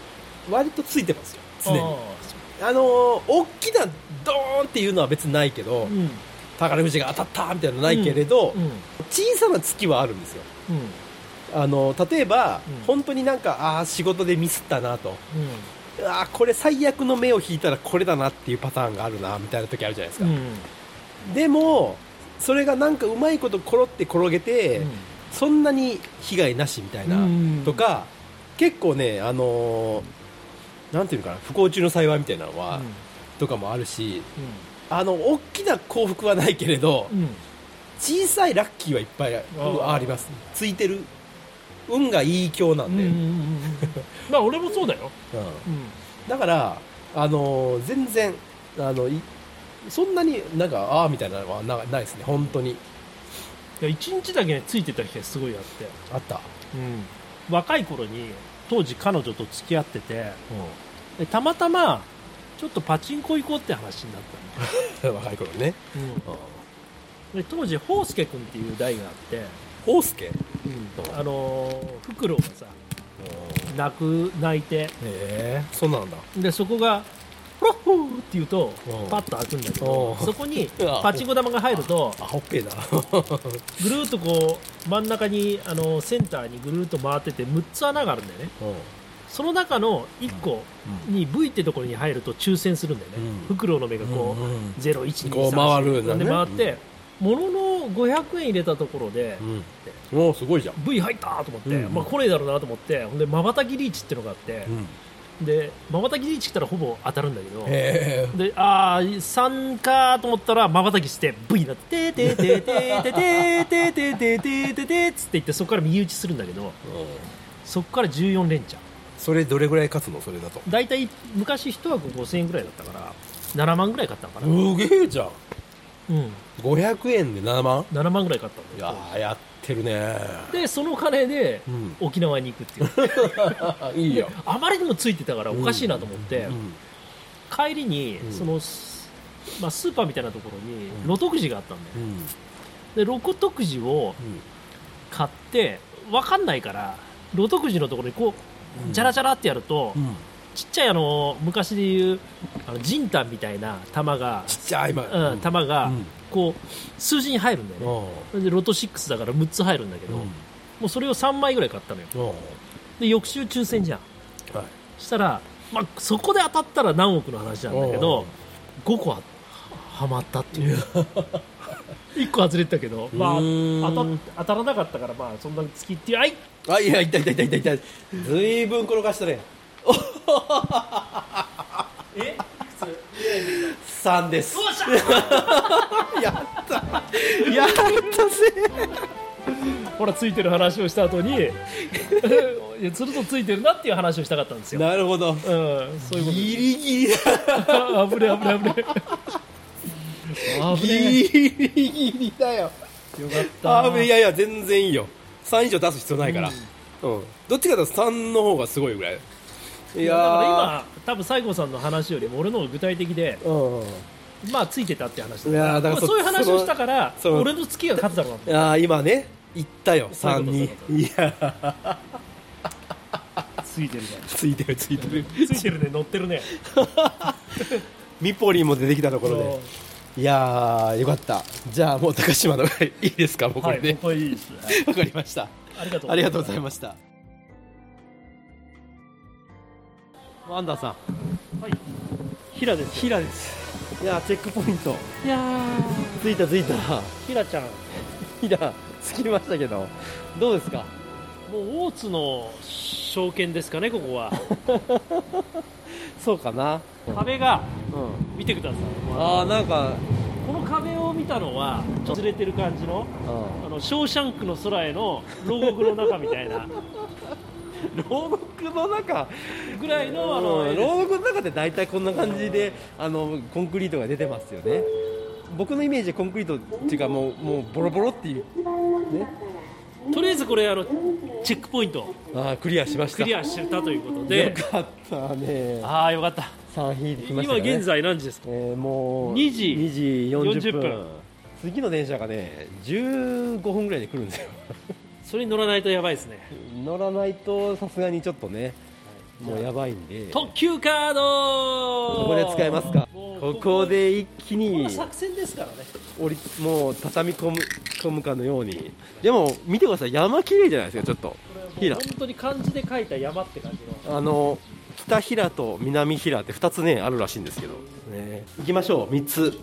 C: 割とついてますよ、常に。
E: あ
C: あのー、大きなドーンっていうのは別にないけ
E: あ
C: ど
E: う、んうん
C: 宝くじが当たったみたいなのはないけれど、
E: うん
C: 小さな月はあるんですよ。
E: うん
C: あのー、例えば、
E: うん
C: 本当になんか、ああー、仕事でミスったなと。ああ、これ最悪の目を引いたらこれだなっていうパターンがあるな、みたいな時あるじゃないです
E: う
C: か。
E: ん
C: でも、それがなんかうまいこと転って転げて、そんなに被害なしみたいな。
E: うん
C: とか、結構ね、あのーなんていうのかな、不幸中の幸いみたいなのは、とかもあるし、あの、大きな幸福はないけれど、
E: うんうん
C: 小さいラッキーはいっぱいあ
E: あー
C: あります。ついてる。運がいい今日な
E: うんん
C: で。
E: う
C: うん
E: うん
C: ん
E: うんう んまあ俺もそうだよ、
C: だから、あのー全然、あの、いそんなになんか、ああーみたいなのはなないですね、本当に。
E: いや1日だけねついてた日がすごいあって、
C: あった。
E: 若い頃に当時彼女と付き合っててでたまたまちょっとパチンコ行こうって話になっ
C: 若い頃ね。
E: たの、で当時ホウスケ君っていう台があって
C: ホースケ
E: あのーフクロウがさ泣く泣いて
C: ええそうなんだ。
E: でそこが「ホロッホー」って言うと
C: うん
E: パッと開くんだけ
C: う
E: ど
C: ん
E: そこに
C: うわ
E: パチンコ玉が入ると
C: あ、ほっぺえな。
E: ぐるーっとこう真ん中にあのセンターにぐるーっと回ってて6つ穴があるんだよね
C: うん
E: その中の1個に V ってところに入ると抽選するんだよね、
C: うん
E: フクロウの目がこう、
C: うんうん
E: 0123
C: こう回るんだね
E: で回って、ものの500円入れたところで、
C: うん、おーすごいじゃん、
E: V 入ったと思って、
C: うんうん
E: まあ、来ねえだろうなと思ってほんでまばたきリーチってのがあって、でまばたきリーチ来たらほぼ当たるんだけど
C: へえ
E: でああ3かと思ったらまばたきして V になって「てててててててててててて」っつって言ってそこから右打ちするんだけどそこから14連チャン
C: それどれぐらい勝つのそれだと
E: 大体昔1枠5000円ぐらいだったから7万ぐらい買ったのかな、
C: すげえじゃん
E: うん、
C: 500円で7万
E: 7万ぐらい買ったん
C: い
E: だ
C: や
E: よ
C: ーやってるね
E: でその金で
C: うん
E: 沖縄に行くって いう
C: いいよ、
E: あまりにもついてたからおかしいなと思って、
C: うん、
E: 帰りに
C: うん
E: その、すまあ、スーパーみたいなところにロトくじがあったんだよ
C: う
E: で
C: ん
E: ロコトくじを買って分かんないからロトくじのところにこうジャラジャラってやると、
C: うん
E: ちっちゃいあの昔でいうあのジンタンみたいな玉が、
C: ちっちゃい今
E: うん、玉が、
C: うん
E: こう数字に入るんだよね、でロト6だから6つ入るんだけど、もうそれを3枚ぐらい買ったのよで翌週抽選じゃん
C: はい
E: したら、まあ、そこで当たったら何億の話なんだけ
C: おう
E: ど5個ははまったって いう1個外れてたけど、まあ、
C: うーん
E: 当たっ当たらなかったからまあそんなに月っていうあい
C: あいやいたいたいたいたいたずいぶん転がしたね
J: え普通
C: 3です
J: どう した
C: やったぜ
E: ほらついてる話をした後 にいやつるとついてるなっていう話をしたかったんですよ、
C: なるほど
E: うん、そういうこと
C: ギリギリだ
E: あ 危ね危ね危ね危
C: ギ
E: ね
C: リギリだよ
E: よかった
C: あーいやいや全然いいよ3以上出す必要ないから、うんどっちかというと3の方がすごいぐらいい
E: いやだから
C: や
E: 今多分西郷さんの話よりも俺の方が具体的で
C: ーうん
E: まあついてたって話だ
C: いやーだから
E: まあ
C: そ
E: そういう話をしたから
C: その
E: 俺の月が勝つだろうなと
C: いやー今ね言ったよ
E: そう
C: 3
E: い
C: に
E: うこと
C: いやー
E: ついてるね
C: ついてるついてる
E: ついてるね乗ってるね
C: ミポリンも出てきた ところでいやーよかったじゃあもう高島の回いいですかもうこ
E: は
C: れ
E: い
C: で
E: ここいいですね
C: わかりました
E: ありがとう
C: ありがとうございましたアンダーさ
J: 平です平
C: ですいやーチェックポイント
J: いやー
C: ついたついた
J: 平ちゃんも
C: いや着きましたけどどうですか
E: う大津の証券ですかねここ は
C: そうかな
E: 壁が
C: うん
E: 見てください
C: ああなんか、
E: この壁を見たのはちょっとずれてる感じの
C: うん、
E: あの「ショーシャンクの空へ」の牢獄の中みたいな
C: 牢獄の中
E: ぐらいのあの
C: う
E: 絵
C: ん
E: です
C: 牢獄の中で大体こんな感じであのコンクリートが出てますよね僕のイメージコンクリートっていうかもうもうボロボロっていう
E: とりあえずこれあのチェックポイント
C: ああクリアしました
E: クリアしてたということで
C: よかったね
E: ああよかった
C: 3引いてきました
E: 今
C: ね
E: 現、在何時ですか
C: えー、もう
E: 2時
C: 2時40
E: 40
C: 分
E: 分
C: 次の電車がね15分ぐらいで来るんですよ
E: それに乗らないとやばいですね
C: 乗らないとさすがにちょっとねもうやばいんで
E: 特急カード
C: ここで使えますか
E: もう
C: ここで一気
E: こ
C: に
E: の作戦ですからね
C: 折りもう畳み込む込むかのようにでも見てください山綺麗じゃないですかちょっと平
E: 本当に漢字で書いた山って感じの
C: あの北平と南平って2つねあるらしいんですけど、ね、行きましょう3つ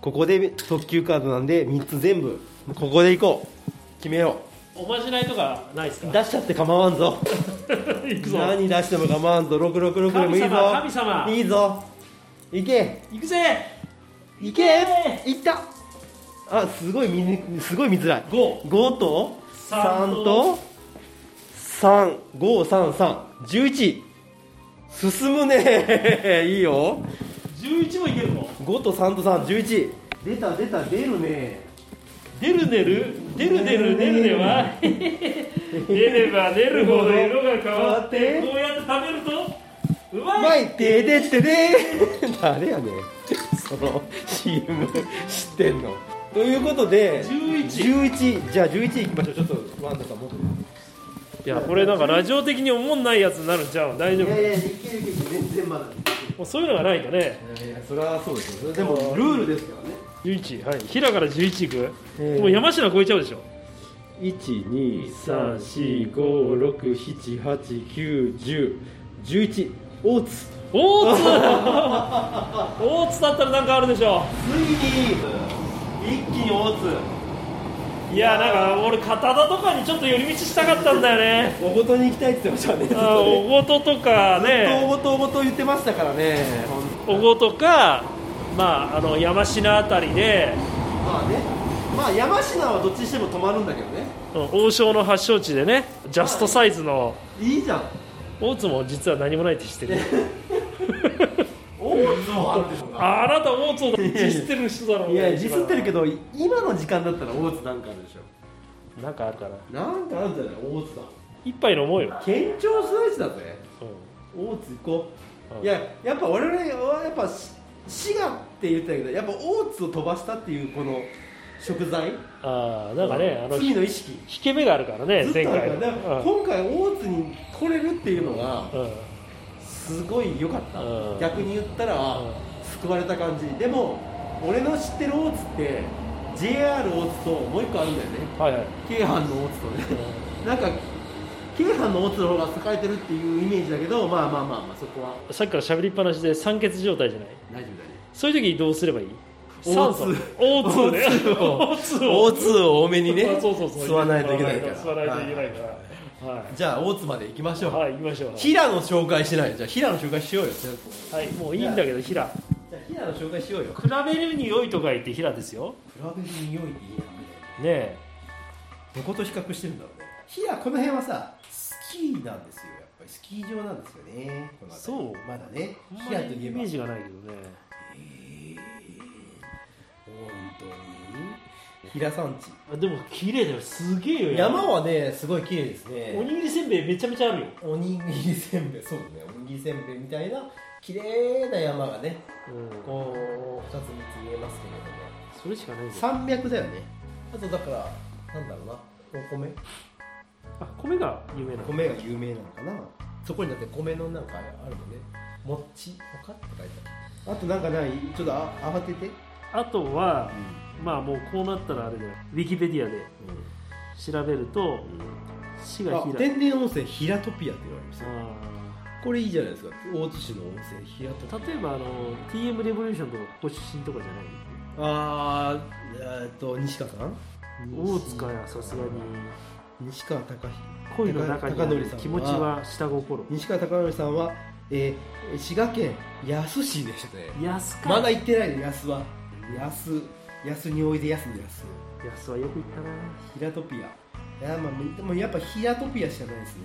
C: ここで特急カードなんで3つ全部ここで行こう決めよ
E: おまじないとかないです
C: う
E: か
C: 出しちゃって構わんぞ
E: いくぞ
C: 何出しても構わんぞ666でもいいぞ
E: 神様神様
C: いいぞ行け
E: 行くぜ
C: 行け行ったあすごい見にすごい見づらい
E: 5
C: 5と
E: 3
C: 3
E: と
C: と353311進むね いいよ
E: 11もいけるの
C: 5と3と311出た出た出るね
E: 出る出る出る出る出るで は出れば出るほど色が変わってこうやって食べるとう
C: う
E: ま
C: ま
E: い
C: いってでってで 誰やねんその CM 知ってんのということで11じゃあ11いきましょうちょっとワンダさんも
E: いやこれなんかラジオ的におもんないやつになるんちゃう大丈夫も
C: いやいけるいける全然まだ
E: うそういうのがないとね
C: いやいやそれはそうですよでもルールですからね
E: 11はい平から11いく、
C: えー
E: もう山科超えちゃうでしょ
C: 1 2 3 4 5 6 7 8 9 1 0 1 1大津
E: 大津大津だったらなんかあるでしょ
C: ついに一気に大津
E: いやなんか俺片田とかにちょっと寄り道したかったんだよ ね
C: おごとに行きたいって言ってましたねずっ
E: あー
C: とね
E: おごととか
C: お
E: ね
C: ごとおごと言ってましたからねほん
E: おごとかまああの山科あたりで
C: まあねまあ山科はどっちにしても止まるんだけどね
E: うん王将の発祥地でねジャストサイズの
C: いいじゃん
E: 大津も実は何もないって知ってる
C: 大津はあるでしょうか
E: ああなた大津をディスってる人だろう
C: い
E: ね
C: やディスってるけど今の時間だったら大津なんかあるでしょ
E: なんかあるかな
C: なんかあるんじゃない大津だ
E: 一杯飲もうよ、
C: 県庁所在地だぜ
E: うん
C: 大津行こう、
E: うん
C: いややっぱ我々はやっぱし滋賀って言ってたけどやっぱ大津を飛ばしたっていうこの食材
E: ああなんかねあの
C: 次
E: 引
C: の意識
E: け目があるからね
C: ずっとあ
E: 前
C: るか
E: 回
C: ら
E: の
C: だから今回大津に来れるっていうのが
E: うんうん
C: すごい良かった、
E: うん
C: 逆に言ったら、
E: うん
C: 救われた感じでも俺の知ってる大津って JR 大津ともう一個あるんだよね
E: はいはい
C: 京阪の大津とねなんか京阪の大津の方が栄えてるっていうイメージだけどまあまあまあまあそこは
E: さっきから喋りっぱなしで酸欠状態じゃない
C: 大丈夫だね
E: そういう時どうすればいい
C: 大
E: 酸
C: 津
E: 素大津ね
C: 大津を多めにね
E: あそうそうそう
C: 吸わないといけないから
E: 吸わないといけないから、
C: は
E: は
C: じゃあ大津まで行きましょ
E: い、
C: う、
E: はい、行きましょう
C: 平野紹介してないじゃあ平野紹介しようよじゃあ
E: はいもういいんだけど平
C: じゃあ平野紹介しようよ
E: 比べるに良いとか言って平ですよ
C: 比べる匂いっていいな
E: ねえ
C: どこと比較してるんだろうね平野この辺はさスキーなんですよやっぱりスキー場なんですよねこの辺り
E: そう
C: まだね
E: あんま
C: 平野と
E: り
C: い
E: イ
C: えば
E: メージがないけどね
C: 本当に平山地
E: あでも綺麗だよすげえよ
C: 山はねすごい綺麗ですね
E: おにぎりせんべいめちゃめちゃあるよ、
C: おにぎりせんべいそうねおにぎりせんべいみたいな綺麗な山がね
E: うん、
C: こう2つ3つ見えますけれども
E: それしかないんだよ
C: 山脈だよねあとだからなんだろうなお米
E: あ米が有名なの
C: 米が有名なのかなそこにだって米のなんかあるのねもっちほかって書いてあるあとなんかないちょっとあ慌てて
E: あとは、まあもうこうなったらあれだよウィキペディアで調べると「滋賀
C: あ
E: 平」
C: 天然温泉ヒラトピアって言われますよ
E: あ
C: これいいじゃないですか大津市の温泉ヒラトピア
E: ー例えばあの TM レボリューションとかご出身とかじゃない
C: あーえーっと西川さん
E: 大塚やさすがに
C: 西川貴彦
E: 恋の中にあ
C: 高典
E: る
C: さんは
E: 気持ちは下心
C: 西川貴教さんは、えー滋賀県野洲市でしたね
E: 安か
C: まだ行ってないの野洲は野洲野洲においで安で安
E: 安はよく行ったな
C: ヒラトピアいやまあでもやっぱヒラトピアしかないですね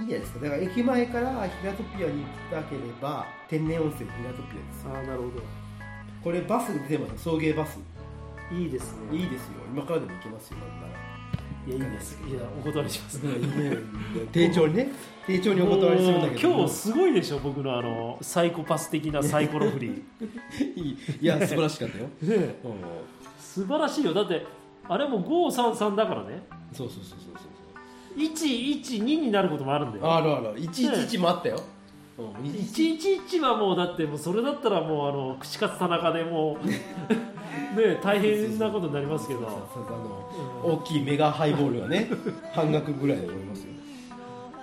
C: いいじゃないですかだから駅前からヒラトピアに行きたければ天然温泉ヒラトピアですよ
E: ああなるほ
C: これバス出てます送迎バス
E: どいいです
C: い
E: ね
C: いですよ今からでも行けますよなんなら
E: いやいいですいやお断りし ます
C: 丁重にね丁重にお断りするんだけど
E: 今日すごいでしょ僕のあのサイコパス的なサイコロ振りね
C: いいいや素晴らしかったよ、
E: え
C: うん
E: 素晴らしいよだってあれも533だからね
C: そうそうそうそうそうそう
E: 112になることもあるんだよ
C: あるある111もあったよ、うん、
E: 111はもうだってもうそれだったらもうあの串カツ田中でもう ね大変なことになりますけ
C: そう
E: ど
C: そうあの大きいメガハイボールが ね半額ぐらいで売れますよ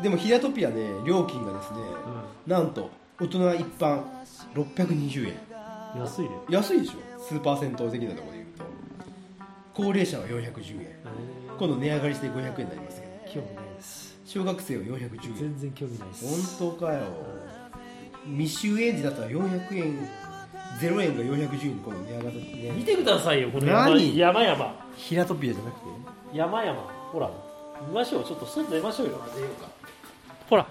C: でもヒラトピアね料金がですね、なんと大人一般620円
E: 安いね
C: 安いでしょスーパー銭湯的なところで言うと高齢者は410円今度値上がりして500円になりますけど
E: 興味ないです
C: 小学生は410円
E: 全然興味ないです
C: 本当かよ未就園児だったら400円0円が410円にこの値上がり値上がり
E: 見てくださいよこの山
C: 何
E: 山々
C: ヒラトピアじゃなくて
E: 山々ほら見ましょうちょっと外出ましょうよほら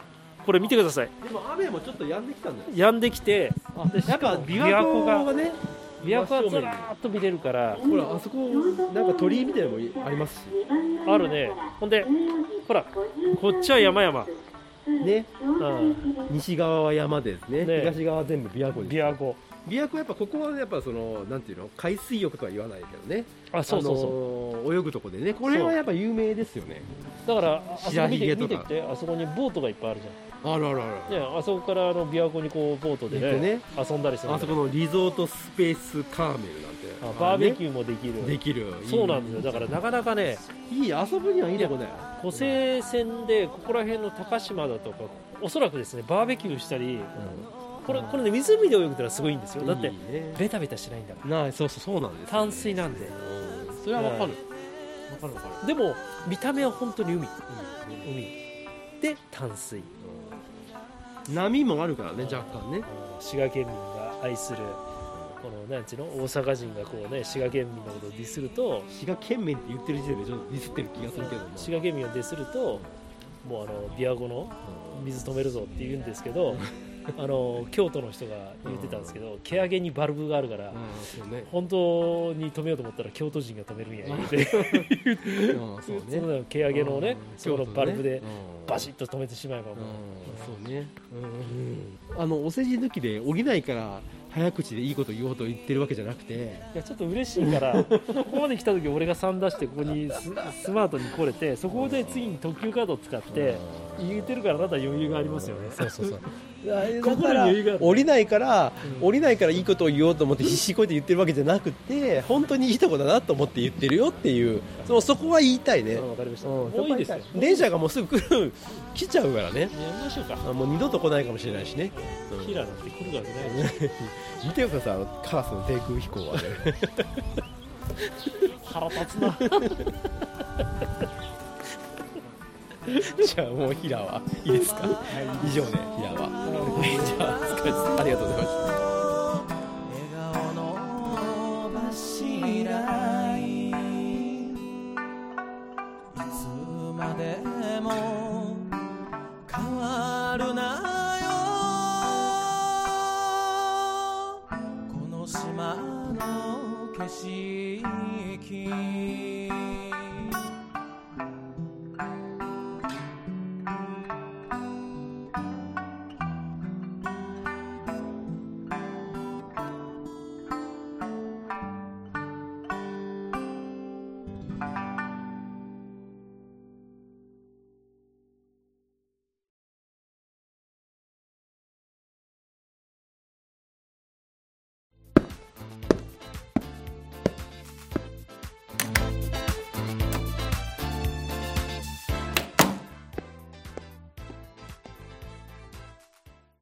E: これ見てください
C: でも雨もちょっと止んできたんだ
E: 止
C: よ
E: んできて
C: やっぱ
E: 琵琶湖が
C: ね
E: 琵琶湖はずらーっと見れるから
C: ほらあそこなんか鳥居みたいなのもありますし
E: あるねほんでほらこっちは山々
C: ね
E: うん
C: 西側は山ですね
E: ね
C: 東側は全部琵琶湖です
E: 琵琶湖
C: 琵琶湖やっぱここはねやっぱそのなんていうの海水浴とは言わないけどね
E: あそうそうそう
C: う、あのー泳ぐとこでねこれはやっぱ有名ですよね
E: だからああそこ
C: 白
E: 見
C: ひ
E: て
C: げ
E: 見
C: とか
E: てってあそこにボートがいっぱいあるじ
C: あらあらあ
E: ゃん、ね、あそこからあの琵琶湖にこうボートでね
C: 行
E: 遊んだりする
C: らあそこのリゾートスペースカーメルなん
E: あ
C: て
E: バーベキ
C: ュ
E: ューもできる、
C: できる
E: そうなんですよだからなかなかね
C: いい遊ぶにはいいとこだよ
E: 湖西線でここら辺の高島だとかおそらくですねバーベキューしたりこれこれね湖で泳ぐってのはすごいんですよだって
C: いいね
E: ベタベタしないんだから
C: ないそうそうそうなんですよ
E: 淡水なんで
C: それはわかる
E: わかるわかるでも見た目は本当に海海で淡水
C: 波もあるからね若干ね
E: 滋賀県民が愛するこのなんちゅうの大阪人がこうね滋賀県民のことをディスると
C: 滋賀県民って言ってる時点でちょっとディスってる気がするけども
E: 滋賀県民をディスるともうあの琵琶湖の水止めるぞって言うんですけどあの京都の人が言ってたんですけど毛上げにバルブがあるから
C: うんそうね
E: 本当に止めようと思ったら京都人が止めるんや言うて
C: うんそ う
E: そ
C: ね
E: の毛上げのね
C: うん
E: そこのバルブで
C: うん
E: バシッと止めてしまえば
C: うん
E: もう
C: そうねあのお世辞抜きで補いから早口でいいこと言おうと言ってるわけじゃなくて
E: いやちょっと嬉しいからここまで来た時俺が3出してここにススマートに来れてそこで次に特急カードを使って言ってるからまだ余裕がありますよね
C: そうそうそう
E: 心
C: だ
E: に
C: から
E: 余裕がある
C: 降りないから降りないから いいことを言おうと思って必死こいて言ってるわけじゃなくて本当にいいとこだなと思って言ってるよっていうそのそこは言いたいね
E: うんわかりました
C: うん
E: もういいですよ
C: 電車がもうすぐ来る来ちゃうからね
E: やめましょうか
C: あもう二度と来ないかもしれないしね、うん
E: キラーなんて来るわけないでし
C: 見てくださいあのカラスの低空飛行はね
E: ょ腹立つな
A: じゃあもう平はいいですか、以上で平は、はい、じゃあお疲れ様ありがとうございました
K: この島の景色